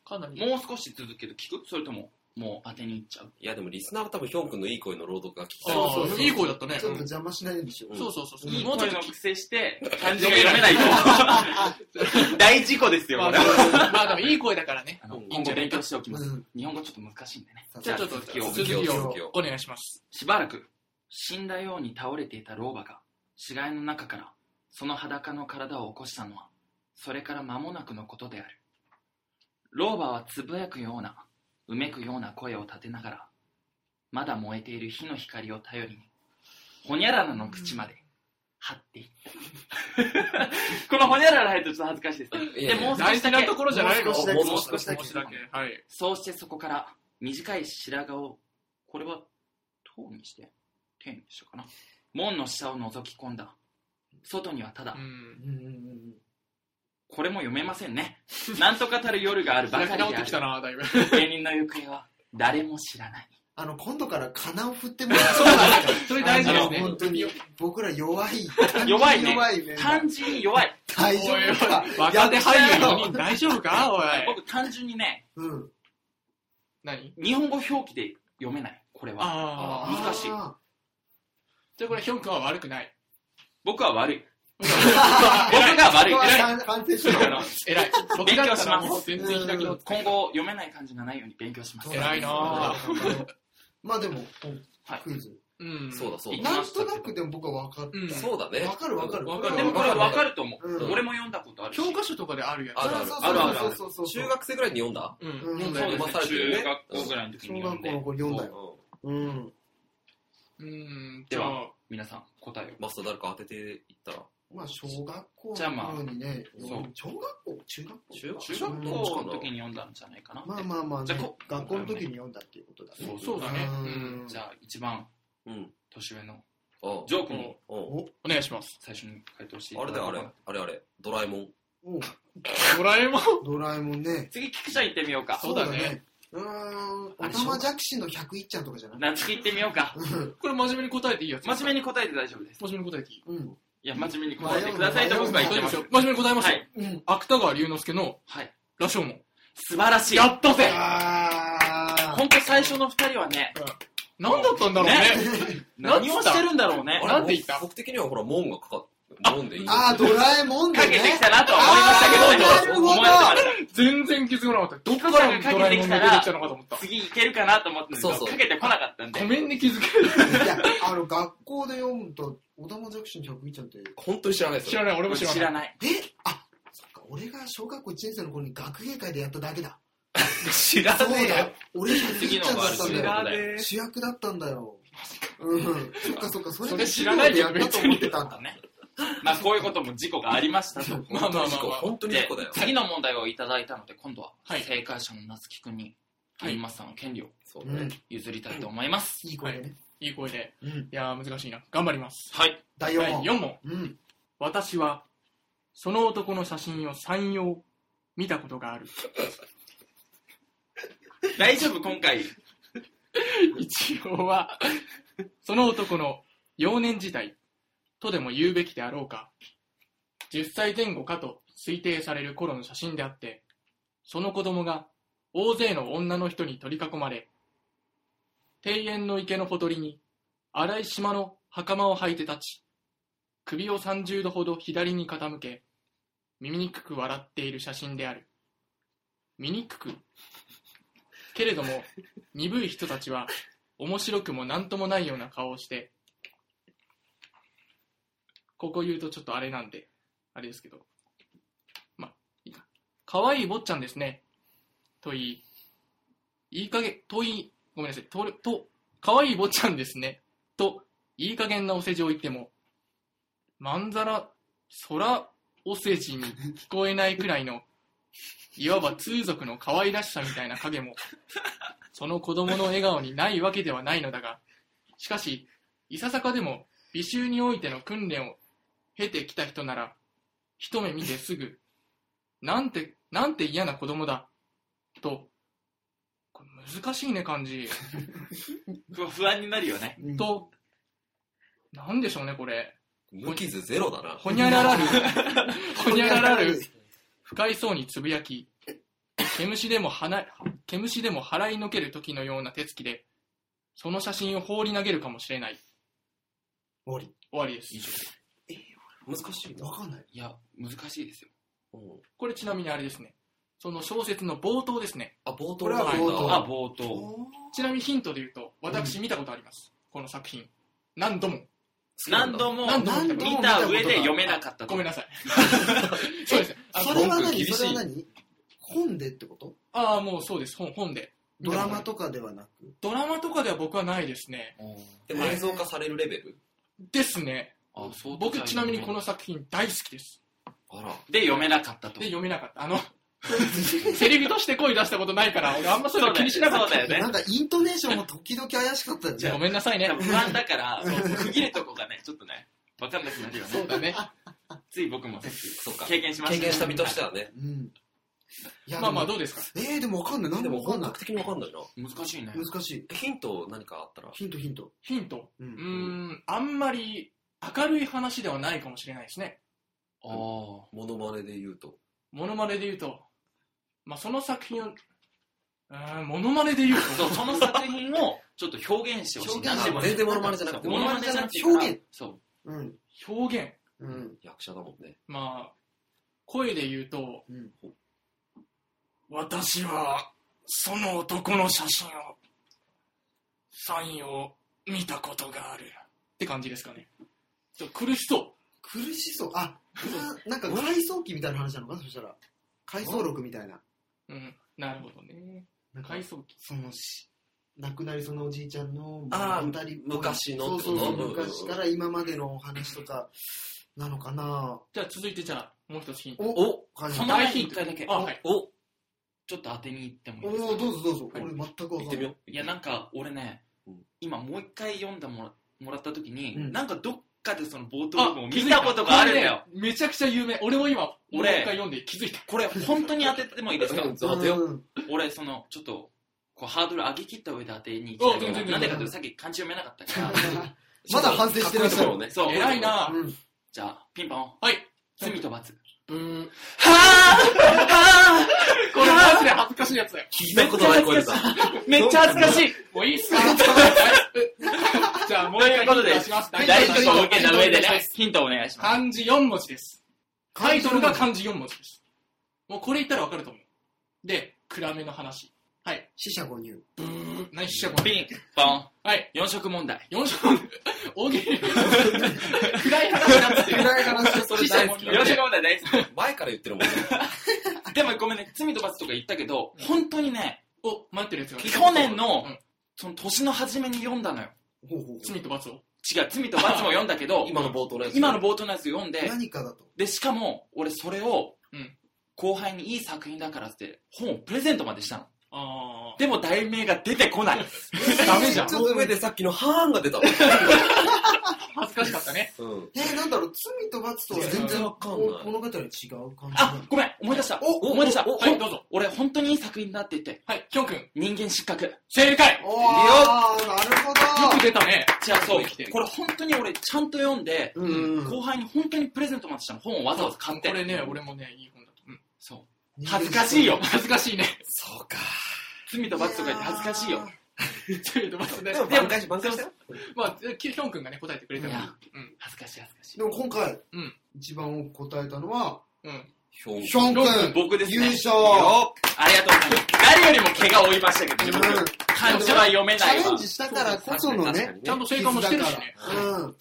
かなり。
もう少し続けて聞くそれとも、もう当てにいっちゃう
いや、でもリスナーは多分ヒョン君のいい声の朗読が聞きたい。
ああ、いい声だったね。
ちょっと邪魔しないようにしよう。
そうそうそうそう。
いい
もうちょ
声
っと
の
聞
癖して、漢字が読めない と。大事故ですよ、
まあ、
これ
ま
は
あまあでもいい声だからね
あ。の
うん
今後勉強しておき
う
ます。
ん。
日本語ちょっと難しいんでね。
じゃあちょっと
続きを
続き
続きを
を
続きを
お願いします。
しばらく死んだように倒れていた老婆が死骸の中からその裸の体を起こしたのはそれから間もなくのことである老婆はつぶやくようなうめくような声を立てながらまだ燃えている火の光を頼りにほにゃららの口まで張っていった このほにゃらら入るとちょっと恥ずかしいですね
いやいや
でもう少
大
し
事
だ
な
け
ところじゃないの
もう少しだ
も
け
う少しだ
もう少しだけ
けはい
そうしてそこから短い白髪をこれは塔にして天にしたかな門の下を覗き込んだ外にはただ、
うん
うんうんうん
これも読めませんねなんとかたる夜があるば
開
か
き
り
直
で
って
あ
きた
る
なだいぶ
芸人の行方は誰も知らない
あの、今度から金を振ってもら
そうだねそれ大事です
あの
ね
本当に、僕ら弱い。
弱いね
弱いね。
単純に弱い
大丈
おいおい
夫か。
若手
や
俳
っ
優
ちゃ
の
うよ
人大丈夫かおい
僕単純にね
うん。
何
日本語表記で読めないこれは
ああ
難しい
あ
じゃあこれヒョン君は悪くない
僕は悪い
ー
僕が悪い
ここは
偉い
反反省しろ。
偉い僕だったらもう
勉
全然開き直って
今後読めない漢字がないように勉強します
偉いなあ
まあでも、
はい
クイズ。
うん
そうだそうだ。
なんとなくでも僕は分かっ
うん
そうだね。
わかるわかる。
わかる
でもこれは分かると思う、
うん
俺も読んだことあるし
教科書とかであるや
ある
そうそう
あるある
そうそうそうそう
中学生ぐらいに読んだ
つう
うんん
読んだ
そう
よね
ですね中学校ぐらいの時
小
に
学
読
校
んで
の頃読んだよ。
よ。
うん。
うんじゃ
で
あ
皆さん答えを
マスター誰か当てていったら。
まあ、小学校
じゃあま
の
あ
頃にね、
そう
小学校中学校
中学
中学校の時に読んだんじゃないかな
まあまあまあ
じゃあ
ね
こ、
学校の時に読んだっていうことだね。
そうだね
うん
じゃあ一番
うん。
年上の
あ
ジョー君に
う
お願いします
最初に回答してい
ん。あれだよ、あれ
こうか。
あれあれ。ドラえもん。
おう
ドラえもん
ドラえもんね。
次菊ちゃん行ってみようか
そうだね。
うーん、
あ
お
れ
たまじゃくしの100いっちゃんとかじゃない
夏希行ってみようか
これ真面目に答えていいやつ
真面目に答えて大丈夫です
真面目に答えていい
うん。
いや真面目に答えてくださいと僕は言ってます
真面目に答えまし
は
たよ
い
うん。
芥川龍之介の
はい
羅生門
素晴らしい
やったぜ
あー
本当最初の二人はね
何だったんだろうね何
何をしてるんだろうね
あれ
なんて言った
僕的にはほら、門がかかって、門でいい。
あー、ドラえもん
か
で
けてき
ね。
たなとは思いました
あーなる
けど
ほど
思わなかった
全然気づかなかったどっからドラえもんが出てきたのかと 思った
次いけるかなと思ってたんですけ
そ
ど
うそう
かけてこなかったんで
ごめんね気づけない
いや、あの、学校で読むと、おたまじゃくしの100いっちゃんって、
本当に知らないです
知
よ。
らない俺も知ら
知
な
ら
い
ない
えあ、そっか、俺が小学校1年生の頃に学芸会でやっただけだ。
知ら
そうだ、俺100い
次
っ
の
ちゃん
があ
だっ
る
たんだ
次の
よ。
がある
主役だったんだよ。うん。そっかそっか、それ
そ
で
れ知らない
授
け
業
ど
でやったと思ってたんだ。
ねまあこういうことも事故がありましたと
まあまあまあまあ
本当に
で
事故だよ。
次の問題をいただいたので今度は
はい
正解者の夏樹くんに
はい
飯マスさんの権利を
そう
うん
ね。。
譲りたいと思います
いい声でね。
いい声で
うん。
いやー難しいな頑張ります
はい
第
第
4問。
4問
うん。
私はその男の写真を3用見たことがある
大丈夫今回
一応はその男の幼年時代とでも言うべきであろうか10歳前後かと推定される頃の写真であってその子供が大勢の女の人に取り囲まれ庭園の池のほとりに荒い島の袴を履いて立ち首を30度ほど左に傾け醜く笑っている写真である醜くけれども鈍い人たちは面白くも何ともないような顔をしてここ言うとちょっとあれなんであれですけどまあいいか可愛い坊ちゃんですねと言いいい加減と言いごめんなさいとと可愛い坊ちゃんですねといい加減なお世辞を言ってもまんざら空お世辞に聞こえないくらいのいわば通俗の可愛らしさみたいな影もその子供の笑顔にないわけではないのだが、しかし、いささかでも美醜においての訓練を経てきた人なら、一目見てすぐ、なんて、なんて嫌な子供だ、と、これ難しいね、漢字。
不不安になるよね
うん、
と、なんでしょうね、これ。
無傷ゼロだな。
ほにゃららる、ほにゃららる、不快そうにつぶやき、毛虫でも鼻、毛虫でも払いのける時のような手つきで、その写真を放り投げるかもしれない。
終わり。
終わりです。
難しいな。
わかんない。
いや難しいですよ
うん
これちなみにあれですね。その小説の冒頭ですね。
あ、冒
こ
頭
れ
だ
は
な。
冒頭
あ冒頭
おー
ちなみにヒントで言うと、私見たことあります。この作品。何度も。
何度
も。
も
何度も
見た上で読めなかったと
ごめ んなさい。そうですね。あ
それは
文句厳
何
しい
それは何本でってこと
ああ、もうそうです。本、本で。
ドラマとかではなく。
ドラマとかでは僕はないですね。
でも映像化されるレベル
ですね。
あ、そう
僕ちなみにこの作品大好きです。
あら。
で、読めなかったと
で、。読めなかった。あの、セリフとして声出したことないから、俺あんまそういうの気にしなかっ
そうだよね
なん。かイントネーションも時々怪しかったよ
た。ご
ね。
めんなさいね。
不安だから、区切るとこがね、ちょっとね、わかんなくなるよ
そう
ね。
だ ね。
つい僕も
そうか。
経験しました
経
ね。
験した身としてはね。
うん。いや
まあまあ
でも
どうですか
えー、でもわかんない。なん
で
で
も
わか
本
んない
格。的にわかんないな。
難しいね。
難しい。
ヒント何かあったら。
ヒントヒント。
ヒント。
う。
うんーん、あんまり明るい話ではないかもしれないですね。
ああ。
モノマネで言うと。
モノマネで言うと、まあその作品を、うーん、モノマネで言う
そ
と、
うその作品をちょっと表現してほしい。
表現
な
してもね
んでもね
全然モノマネじゃなくて。
モノマネじゃなくて
表現。
そう。
うん。
表現。
うん。
役者だもんね。
まあ、声で言うと、
うん。
私は、その男の写真を、サインを見たことがある。って感じですかね。ちょっと苦しそ
苦しそう。あ、なんか回想記みたいな話なのかなそしたら。回想録みたいな。
う。うん、なるほどね。
なんか
回想期。
そのし、亡くなりそのおじいちゃんの、
あー
物語っぽい
昔のって
そ
こ
う
と
そう
うん
そうう、
ん
昔から今までのお話とか、なのかな
じゃあ続いてじゃあ、もう一つヒント。
おお感じ
そ
た
の
大
前
ヒ
に
ン
一
ト
回だけ、
あ、はい。
お
ちょっと当てに行ってもいいです
おおどうぞどうぞ。
はい
俺全くわ
行っ
かん
てみ
な
よ
い。
う。
や、なんか俺ね
うん、
今もう一回読んだもらもらった時に、
うん
なんかどっかでその冒頭部分を
あ、
見たことがあるんだよ。
これね。めちゃくちゃ有名。俺も今、
俺
もう一回読んで気づいた。
これ本当に当ててもいいですか
うん当てよう。
うん
俺、その、ちょっと、こう、ハードル上げ切った上で当てに行きたい
お全然
け
全
ど。
然
なんでかというと、さっき漢字読めなかったから。
まだ反省してらっしゃる
かっこいいところをね。
そう。
偉い。な
うん
じゃあ、ピンポン。
はい。
罪と罰。
ブー。
は
これマジで恥ずかしいやつだよ。
聞いたことない声だ。
ぁめっちゃ恥ずかしい
もういいっすかじゃあもう一回ヒント出します。
ということで
大
大
丈
丈夫です
夫で
す
受けた上でね、ヒントお願いします。
漢字4文字です。タイトルが
漢
漢字4文字です。もうこれ言ったらわかると思う。で、暗めの話。はい。
死者誤入。
ブー。何しちゃこれ。
ピンポン。
はい。
四色問題。
4色。大喜利。暗い話だって。
暗い話
それ大好き
四色問題大好
前から言ってるもんね。
き。でもごめんね、罪と罰とか言ったけど、本当にね、
お、待ってるやつが。
去年の
うん、
その年の初めに読んだのよ。
ほうほうほう
罪と罰を。
違う、罪と罰も読んだけど、
今の冒頭のやつ。
今の冒頭のやつ読んで、
何かだと。
で、しかも、俺それを
うん、
後輩にいい作品だからって、本をプレゼントまでしたの。
あ
でも題名が出てこない。
ー。ダメじゃん。
ちょ
そ
っと
の上でさっきのハーンが出たわ。
恥ずかしかったね。
うん。
えー、なんだろう、罪と罰とは全
全
然
然
わかんない
お物語違う感じだ。
あ、ごめん、思い出した。思い出した。
おはい、どうぞ。
俺本当にいい作品だって言って、
はい、きょんくん。
人間失格。
正解
おー、なるほ
よく出たね。
違う、そう。
来てる
これ本当に俺ちゃんと読んで、
ど。うんうん
後輩に本当にプレゼントまでしたの。本をわざわざ買って。
これね、俺もね、いい本だと。うん。
そう。恥ずかしいよ。
恥ずかしいね。
そうか。
罪と罰とか言って恥ずかしいよ。
罪と罰で
で。も挽回し、挽回したよ。
まあ、きょんくんがね、答えてくれたか
い
ら
や。
うん。
恥ずかしい恥ずかしい
で。も今回、
うん
一番多く答えたのは、
うん。
ひょん
ヒョン君、
僕です
優
ね。
勝
ありがとうございます。誰よりも怪我を負いましたけど、自分。漢字は読め
チ
な
ャ
い
レン
わ。
ジしたからこそのね、
ちゃんと正解もしてるしね。
うん。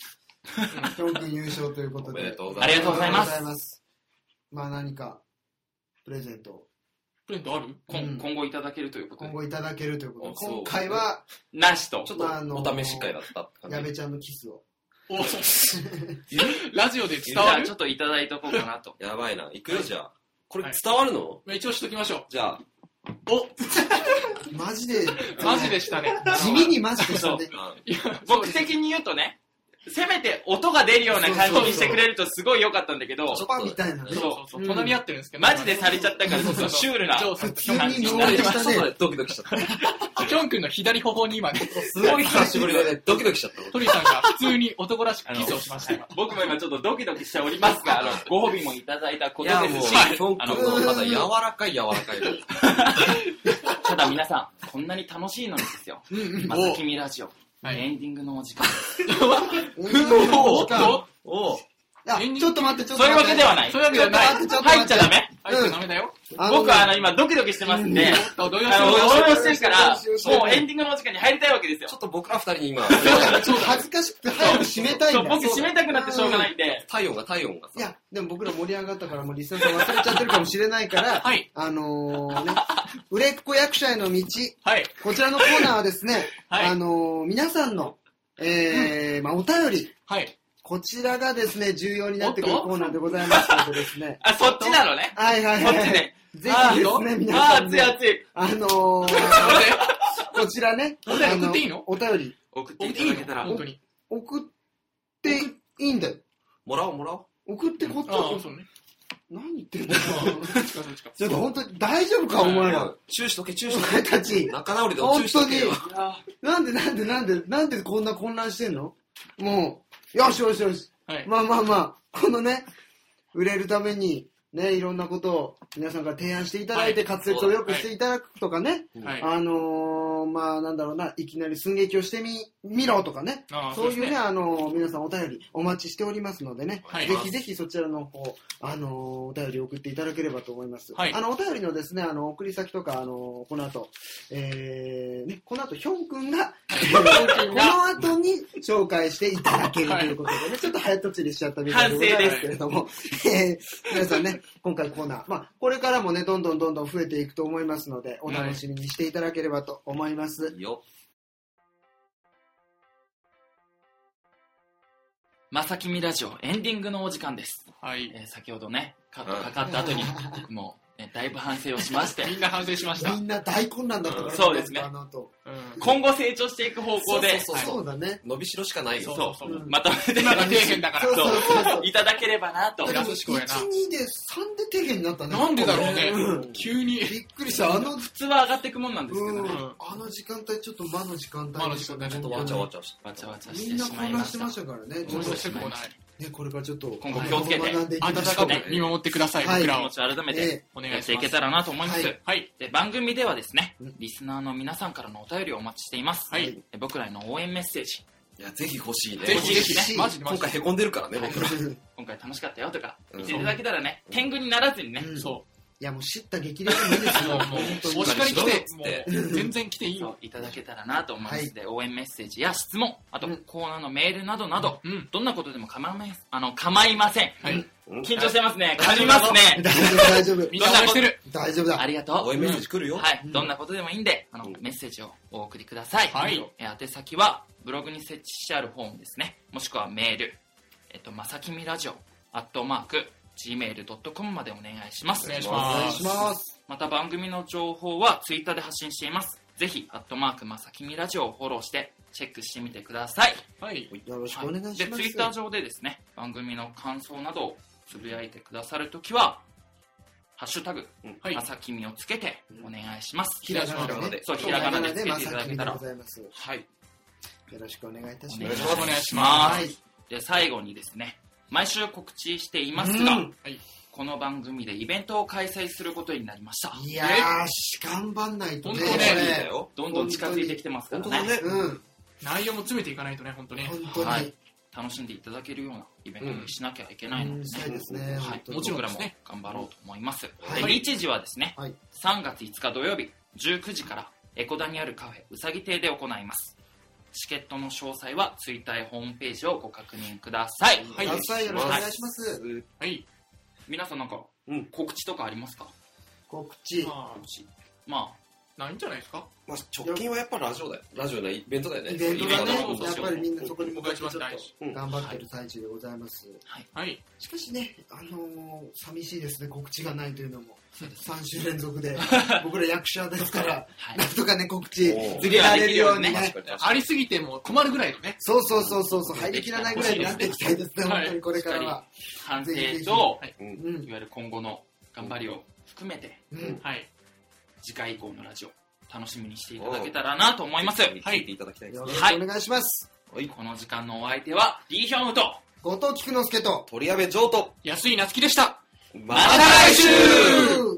ヒョン君優勝ということ
お
で。
めでとうござい
あ
ます。
りがとうございま
ありがとうご
す
ざいます。まあ何か、プレゼントを
プレントある
今
うん
今後いただけるということ
今後
で。
いただけるということで
あ、そう
今回は、
なしと
ち。ょっ
まああの
とお試し会だったって感じ
矢部ちゃんのキスを。
おラジオで
じ
伝
ゃ
わ
あ
る
ちょっといただいとこうか なと。
やばいな。いくよ、じゃあ。これ
はい
伝わるの、
まあ一応しときましょ
じゃあ、
う。
マジで、
お、マジでしたね。
地味にマジでしたね。
あ
いやそう
僕的に言うとね、せめて音が出るような感じにしてくれるとすごい良かったんだけど、
チョパみたいなね
そう。そうそう。隣り合ってるんですけど。
マジでされちゃったから、ちょっとシュールな
ジョーさん
感
と
じ
キョン
にな
君
急に
りま
ノ
し
リし
た。
たね
外でドキドキしちゃった。
きょんくんの左頬に今ね、
すごい久しぶりでね、ドキドキしちゃった。
鳥さんが普通に男らしくキスをしました今。
僕も今ちょっとドキドキしておりますが、あの、ご褒美もいただいたこ
い
と
や、
で
もう、
すし、
ヒョン
あの
君のまだ柔らかい柔らか い。
ただ皆さん、こんなに楽しいのにですよ。まず君ラジオ、
はい
エンディングのお時間。
おー
おっと
お
あ、
エンディング
ちょっと待って、ちょっ
そ
と
ういうわ
待って。
けではない。
そういうわけではない
ちょっと待
入
っ
ってちゃダメ。
あいつダメだよ。
僕はあ
の
の、今ドキドキしてますん
ちょ
で、
っと動揺
あ
して
の、
る
応援してるか
どうしようどうしよ
ら、
う
もうエンディングのお時間に入りたいわけですよ
ちょ。っと僕ら二人に今、
ちょっと恥ずかしくて早く締めたい
そ
ん
う
だ。
僕締めたくなってしょうがないんで、
体温が体温が
い
さ、
や、でも僕ら盛り上がったから、もうリスナーさん忘れちゃってるかもしれないから、
はい
あのーね、売れっ子役者への道、
はい。
こちらのコーナーはですね、
はい、
あのー皆さんの、えーまあ、お便り、
はい。
こちらがですね、重要になってくる
おっと
コーナーでございますのでですね
あ、そっちなのね。
はいはい
こっ
は
ち
い。
ね。
ぜひですね、皆
あ
さん、
ー、熱い
ね、
熱い。
あのー、こちらね、
お便り
あ
送っていいの
お便り、
送っ
送
てい
ってい
た
い
だけ
の
たら、
本当に。
送っていいんだよ。
もらおうもらおう。
送ってこっち
ああ、
は
そうね。
何言ってんだよ。
そっちかそっちか。
ちょっと本当に大丈夫か、お前ら。
チューしとけ、チュー
お
しと
前たち
け。。仲直りでもチ
本
ューし
当
と
に
けよ。
なんでなんでなんでなんでこんな混乱してんのもうよしよしよし、
はい
まあまあまあこのね売れるためにねいろんなことを皆さんから提案していただいて、滑舌を良くしていただくとかね、
はい。
あのー、まあなんだろうないきなり寸劇をしてみ見ろとかね
ああ、
そういう
です
ね、あのー、皆さんお便りお待ちしておりますのでね、
はい
ぜひぜひそちらの方、あのー、お便り送っていただければと思います。
はい
あの、お便りのですね、あの、送り先とか、あのー、この後、えー、ね、この後、ヒョン君が、この後に紹介していただけるということでね、ちょっと早とちりしちゃったみたいでございますけれども、えー、皆さんね、今回コーナー、まあ、これからもね、どんどんどんどん増えていくと思いますので、お楽しみにしていただければと思います。
よ。
まさきみラジオエンディングのお時間です。
はい。
えー先ほどね、カットかかった 後に、もう、ね、だいぶ反省をしまして、
みんな反省しました。う
みんな大混乱だったから、
そうですね
あの後
ん。
今後成長していく方向で、
そうそうそう
そうだね。
伸びしろしかない
そう
よ。
そうそう。
まとめて
今が底辺だか
そう
ら。
そうそうそう。
いただければなと。
い
で
や
も
そうしこうやな
1、2で3で底辺になったね。
なんでだろうね
うん。
急に。
びっくりした。あの、
普通は上がっていくもんなんですけ
うん
どね。
あの時間帯、ちょっと間の時間帯
魔の時間帯
で
ち
しね
ょった
ちょっとわちゃわちゃし
わちゃわちゃ
みん
して
な
しまい
混
ま
乱して
し
ま
た
し。たからね。ちょ
思
っ
い
と
出してこない。
ね、これからちょっと、
今後気をつけて
学んでいきま
温
しょ
か
う
く見守ってください、
はい
僕
気
らを
持。ちを改めて
え
お願
や
い
っ
して
い
ま
け
す。
たらなと思います。
はい
はい。
で番組ではですね
うん、
リスナーの皆さんからのお便りをお待ちしています。
はい
で僕らへの応援メッセージ、
いや、ぜひ欲しいね。
ぜひぜ
欲し
ひ
い
ね、マジでマ
今
ジで
回。凹んでるからね、僕ら。
えうんい
今回楽しかったよとか、
うん
言っていただけたらね、天狗にならずにね、
うん
そ
や、もう知った激励でもいいです
う。
よ。
もう、も
本当
う、
に
お叱り来て、も
て
う、全然来ていい
そう
よ。
いただけたらなと思いますので、応援メッセージや質問、あとコーナーのメールなどなど、
うん。
どんなことでも構いません。あの、構いません。
はい。
うん
緊張してますね。噛みますね。
大丈夫、大丈夫
みん。な応援してる。
大丈夫
あ
だ。
りがとう。
応援メッセージ来るよ。
はい、
うん
どんなことでもいいんで、あの、
うん
メッセージをお送りください。
はい
えー宛先は、ブログに設置してあるフォームですね。もしくはメール。えっと、まさきみラジオ、アットマーク、gmail.com までお願いします。
お願いし
お願
ま
い
す
し。ます。
また番組の情報は、ツイッターで発信しています。ぜひ、アットマーク、まさきみラジオをフォローして、チェックしてみてください。
はい。
よろしくお願いし
で、
ま
ツイッター
す。
上でですね、番組の感想などをつぶやいてくださるときは、ハッシュタグ、
はい
ま。さきみをつけてお願いします。
ひらがなでね。
そう、ひらがなでつけ
ま
ていた
さ
だ
き
け
み
た
で
ら
ご。ざいます。
はい。
よろしくお願いいたし
お
ま
願い
す
し。
お願いしま。
ます
い。
で最後にですね毎週告知していますが、
うん
はい
この番組でイベントを開催することになりました
いやー、し頑張んないとね。
本当ね
いいんだよ。
どんどん近づいてきてますから
本当
ね
だね。
うん、
内容も詰めていかないとね、本当に。
本当に。
はい楽しんでいただけるようなイベントにしなきゃいけないのでね、
そうですね。
はい
本、当に
もちろん僕ら
そう
も
ですね
頑張ろうと思います、
はい
で日時はですね、
はい
3月5日土曜日19時からエコダにあるカフェうさぎ亭で行いますチケットの詳細はツイッターやホームページをご確認ください、
はい
くださいよろしくお願いします。
はい。
皆さんなんか
うん
告知とかありますか
告知。
ま
告知まあ
あ、ないんじゃないですか
まあ、直近はやっぱラジオだよ。ラジオのイベントだよね。
イベントがね
そうそう、
やっ
そう
ぱりみんなそこに
お
向か
願
って
いし
ちょ
ま
っ
す、大事。
と頑張ってる最中でございます。
はい。
しかしね、あのー寂しいですね、告知がないというのも。
そうです
3週連続で。僕ら役者ですから、
はい
なんとかね、告知
おう
入れられるようにね
確。かに確か
ありすぎても困るぐらいのね。
そうそうそうそうそう、入りきらないぐらいになっていきたいですね、
はい
本当にこれからは。
反省
ぜひぜひ
と
はい。
に。
う
い
ん。
わゆる今後の頑張りを含めて
うん。
はい。
次回以降のラジオ楽しみにしていただけたらなと思います
うん。聞いていただきたいです
よ
ね
ろ。しくお願いします。
この時間のお相手は D ヒョンウと
後藤菊之助と。
鳥矢部譲渡。
安井夏樹でした。
ま
た来週
う